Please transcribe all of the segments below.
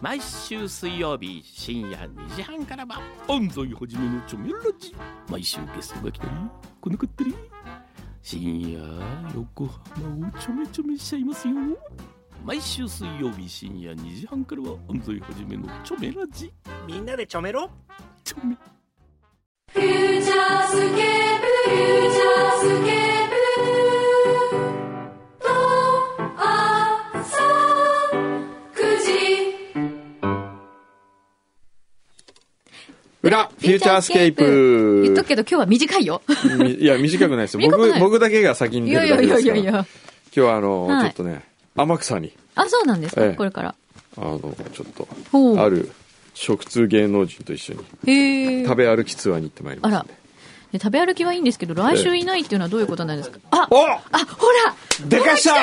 毎週水曜日深夜2時半からは安西はじめのチョメラジ毎週ゲストが来たり来なかったり深夜横浜をちょめちょめしちゃいますよ毎週水曜日深夜2時半からは安西はじめのチョメラジみんなでちょめろチョメフューチャースケープ、フューチャースケープ、と、あ、さ、くじ、裏、フューチャースケープ。言っとくけど今日は短 いよ。みいや、短くないですよ。短くない僕、僕だけが先にい出やるいだけでやいやすいかやら。いや。今日はあの、はちょいっとね、天草に、あ、そうなんですか、ええこれから。あの、ちょっとほ、うある食通芸能人と一緒にへえ。食べ歩きツアーに行ってまいりまあしらた、ね。で食べ歩きはいいんですけど、来週いないっていうのはどういうことなんですかあおあ、ほらでかした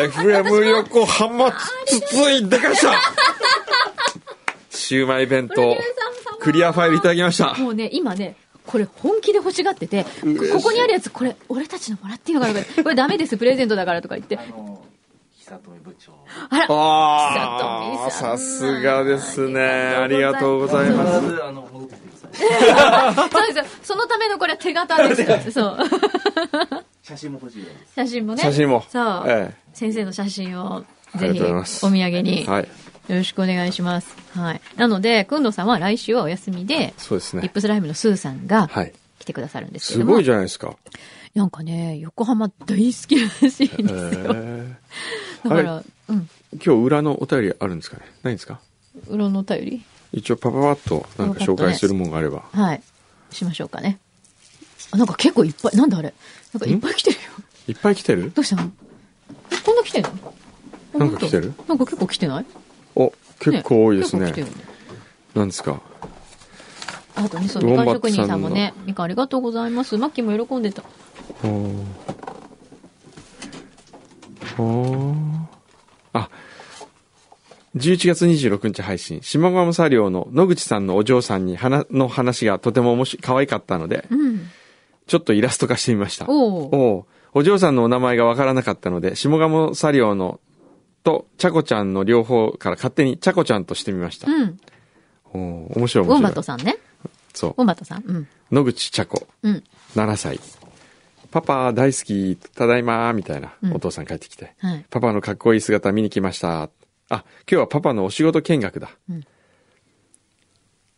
!FM 横浜つついでかしたシウマイ弁当、クリアファイルいただきました。もうね、今ね、これ本気で欲しがってて、こ嬉しいここにあるやつ、これ、俺たちのもらっていいのかな これダメです、プレゼントだからとか言って。ああ、あら、久富さんさすがですね。あありりががととううごござざいいまます。ずあの戻ってきてくださいそうですよそのためのこれは手形です。そう。写真も欲しいです写真もね。写真も。そう。え先生の写真を、あぜりがとうひ、ござおい土ます産に、え。よはい。ろしくお願いします。はい。なので、くんどさんは来週はお休みで、そうですリッね。プスライムのスーさんがはい。来てくださるんですけすども、ごいじゃないですか。なんかね、横浜大好きらしいんですよ。えだから、うん、え今日裏のお便りあるんですかねないんですか裏のお便り一応パパパッとなんか紹介するもんがあれば。はい。しましょうかね。あなんか結構いっぱい、なんだあれなんかいっぱい来てるよ。いっぱい来てるどうしたのこんな来てんのあなんか来てる本当なんか結構来てないお、結構多いですね結構。来てるなんですかあとね、そう、ウォみンバかッんト職人さんもね、みかんありがとうございます。マッキーも喜んでた。おーおーあ、11月26日配信、下鴨茶寮の野口さんのお嬢さんに話の話がとても面白い、可愛かったので、うん。ちょっとイラスト化してみました。おーおうお嬢さんのお名前がわからなかったので、下鴨茶寮のと、ちゃこちゃんの両方から勝手にちゃこちゃんとしてみました。うん。おう面白い面白い。ウォンバットさんね。そウォンバットさん。うん。う。野口ちゃこ、うん。 7歳。パパ大好き、ただいまー、みたいな、うんお父さん帰ってきて。はい。パパのかっこいい姿見に来ました。あ、今日はパパのお仕事見学だ。うん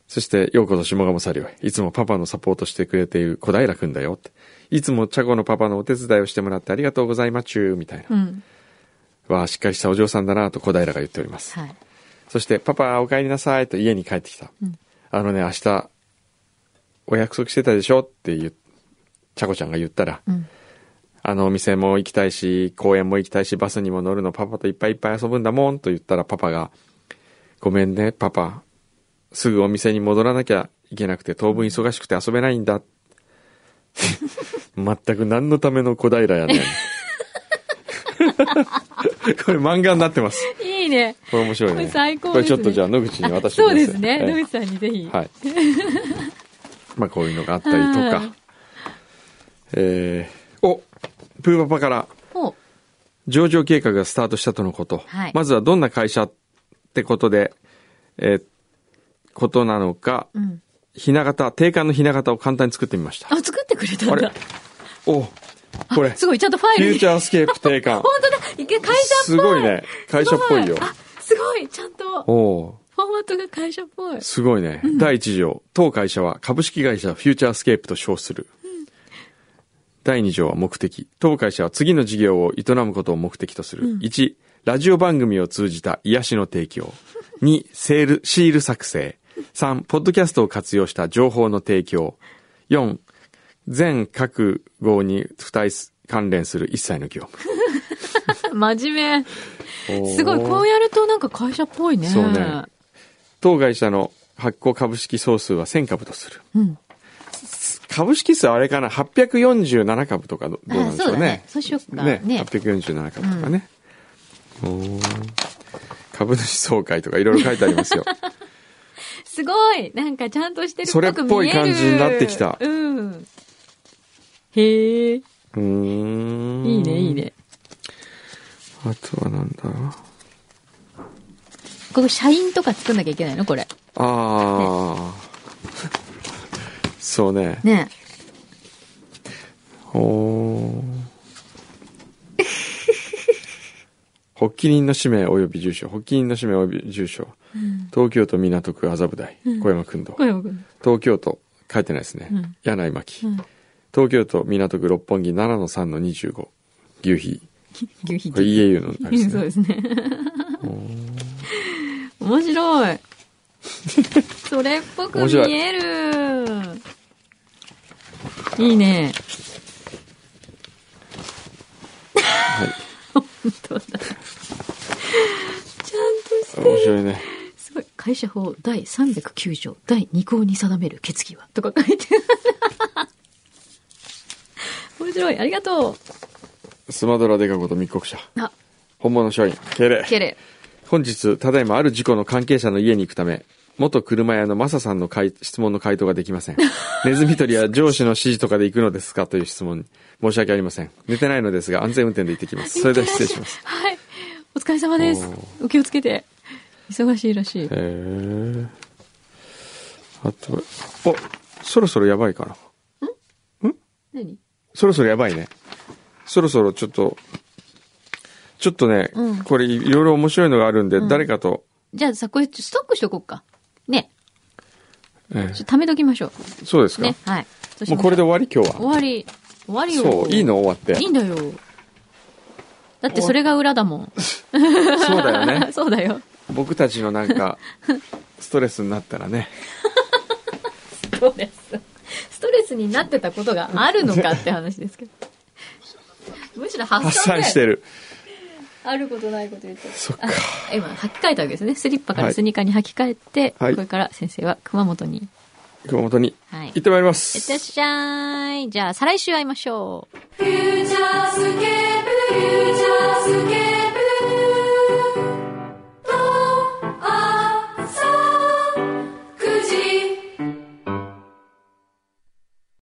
そして、ようこそ下鴨サリオへ。いつもパパのサポートしてくれている小平くんだよって。いつもチャコのパパのお手伝いをしてもらってありがとうございまちゅー、みたいな。うん。わあ、しっかりしたお嬢さんだなと小平が言っております。はい。そして、パパお帰りなさいと家に帰ってきた。うんあのね、明日、お約束してたでしょって言う、チャコちゃんが言ったら、うん。あのお店も行きたいし、公園も行きたいし、バスにも乗るのパパといっぱいいっぱい遊ぶんだもんと言ったらパパが、ごめんね、パパ。すぐお店に戻らなきゃいけなくて当分忙しくて遊べないんだ。 全く何のための小平やねん。 これ漫画になってます。いいね。これ面白いね。これ最高こでれすちねょっとじゃあ野口に渡してくだそさうい。ですね。はい野口さんにぜひ。はい。 まあこういうのがあったりとはかい。えー、おプーパパからお上場計画がスタートしたとのこと。はいまずはどんな会社ってことで、えーことなのか、うん。ひな形、定款のひな形を簡単に作ってみましたあ、。作ってくれたあんれだ。おこれ、すフごい、ちゃんとファイルュに。ーチャースケープ定款 本。当だ一回会社っぽいすごいね。会社っぽいよ。あ、すごいちゃんと、フォーおおマットが会社っぽい。すごいね。第1条、当会社は株式会社フューチャースケープと称する。第2条は目的。当会社は次の事業を営むことを目的とする。1、ラジオ番組を通じた癒しの提供。2、セール、シール作成。3、ポッドキャストを活用した情報の提供。4、全各号に付帯す関連する一切の業真面目。務。 すごい、こうやるとなんか会社っぽいね。そうね当会社の発行株式総数は1000株とする。うん。株式数あれかな847株とかどどうなあ、んでしょそううだねね。。そうしようか。ねね。 847株とかね、おー株主総会とかいろいろ書いてあります よすごいなんかちゃんとしてるっぽく見えるそれっぽい感じになってきたうん。へえ。いうーんいね、いいね。あとはなんだここ社員とか作んなきゃいけないのこれ。ああ。そうね。ねお ー発起人の氏名及び住所、発起人の氏名及び住所、東京都港区麻布台、小山君堂え。、小山君。東京都、書いてないですね、うん柳井真紀、うん東京都港区六本木7-3-25の25、牛皮、牛皮これ EAU のあれです そうね。ですね。面 白い。それっぽく面白い見える。いいね。 はい。どうだ。ちゃんとして。面白いね。すごい。会社法第309条第2項に定める決議はとか書いてあ る。面白い。ありがとう。スマドラデカこと密告者、あ、本物商品、敬礼。けれ。本日、ただいまある事故の関係者の家に行くため、元車屋のマサさんの回質問の回答ができま せん。ネズミ捕りや上司の指示とかで行くのですかという質問に。申し訳ありません。寝てないのですが、安全運転で行ってきます。それでは失礼します。はい。お疲れ様ですお。お気をつけて。忙しいらしいへ。え。あと、お、そろそろやばいかな。何そろそろやばいね。そろそろちょっと、ちょっとね、うんこれいろいろ面白いのがあるんで、誰かと、じゃあさ、これストックしとこうか。ね。えちょっと貯めときましょえそうですう。か、ね。はい。そうしもましょうこれで終わり今日は。終わり。終わりよ。そう、いいの終わって。いいんだよ。だってそれが裏だもん。。そうだよね そうだよ。僕たちのなんか、ストレスになったらね。ストレス。ストレスになってたことがあるのかって話ですけど。むしろ発発散散だしてよ。る。あることないこと言ってる。そっかあ。今履き替えたわけですね。スリッパかはらいスニーカーに履き替えて、はいこれから先生は熊本に。熊本にはい行ってまいりまいっす。てらっしゃい。じゃあ、再来週会いましょう。 「フューチャースケープ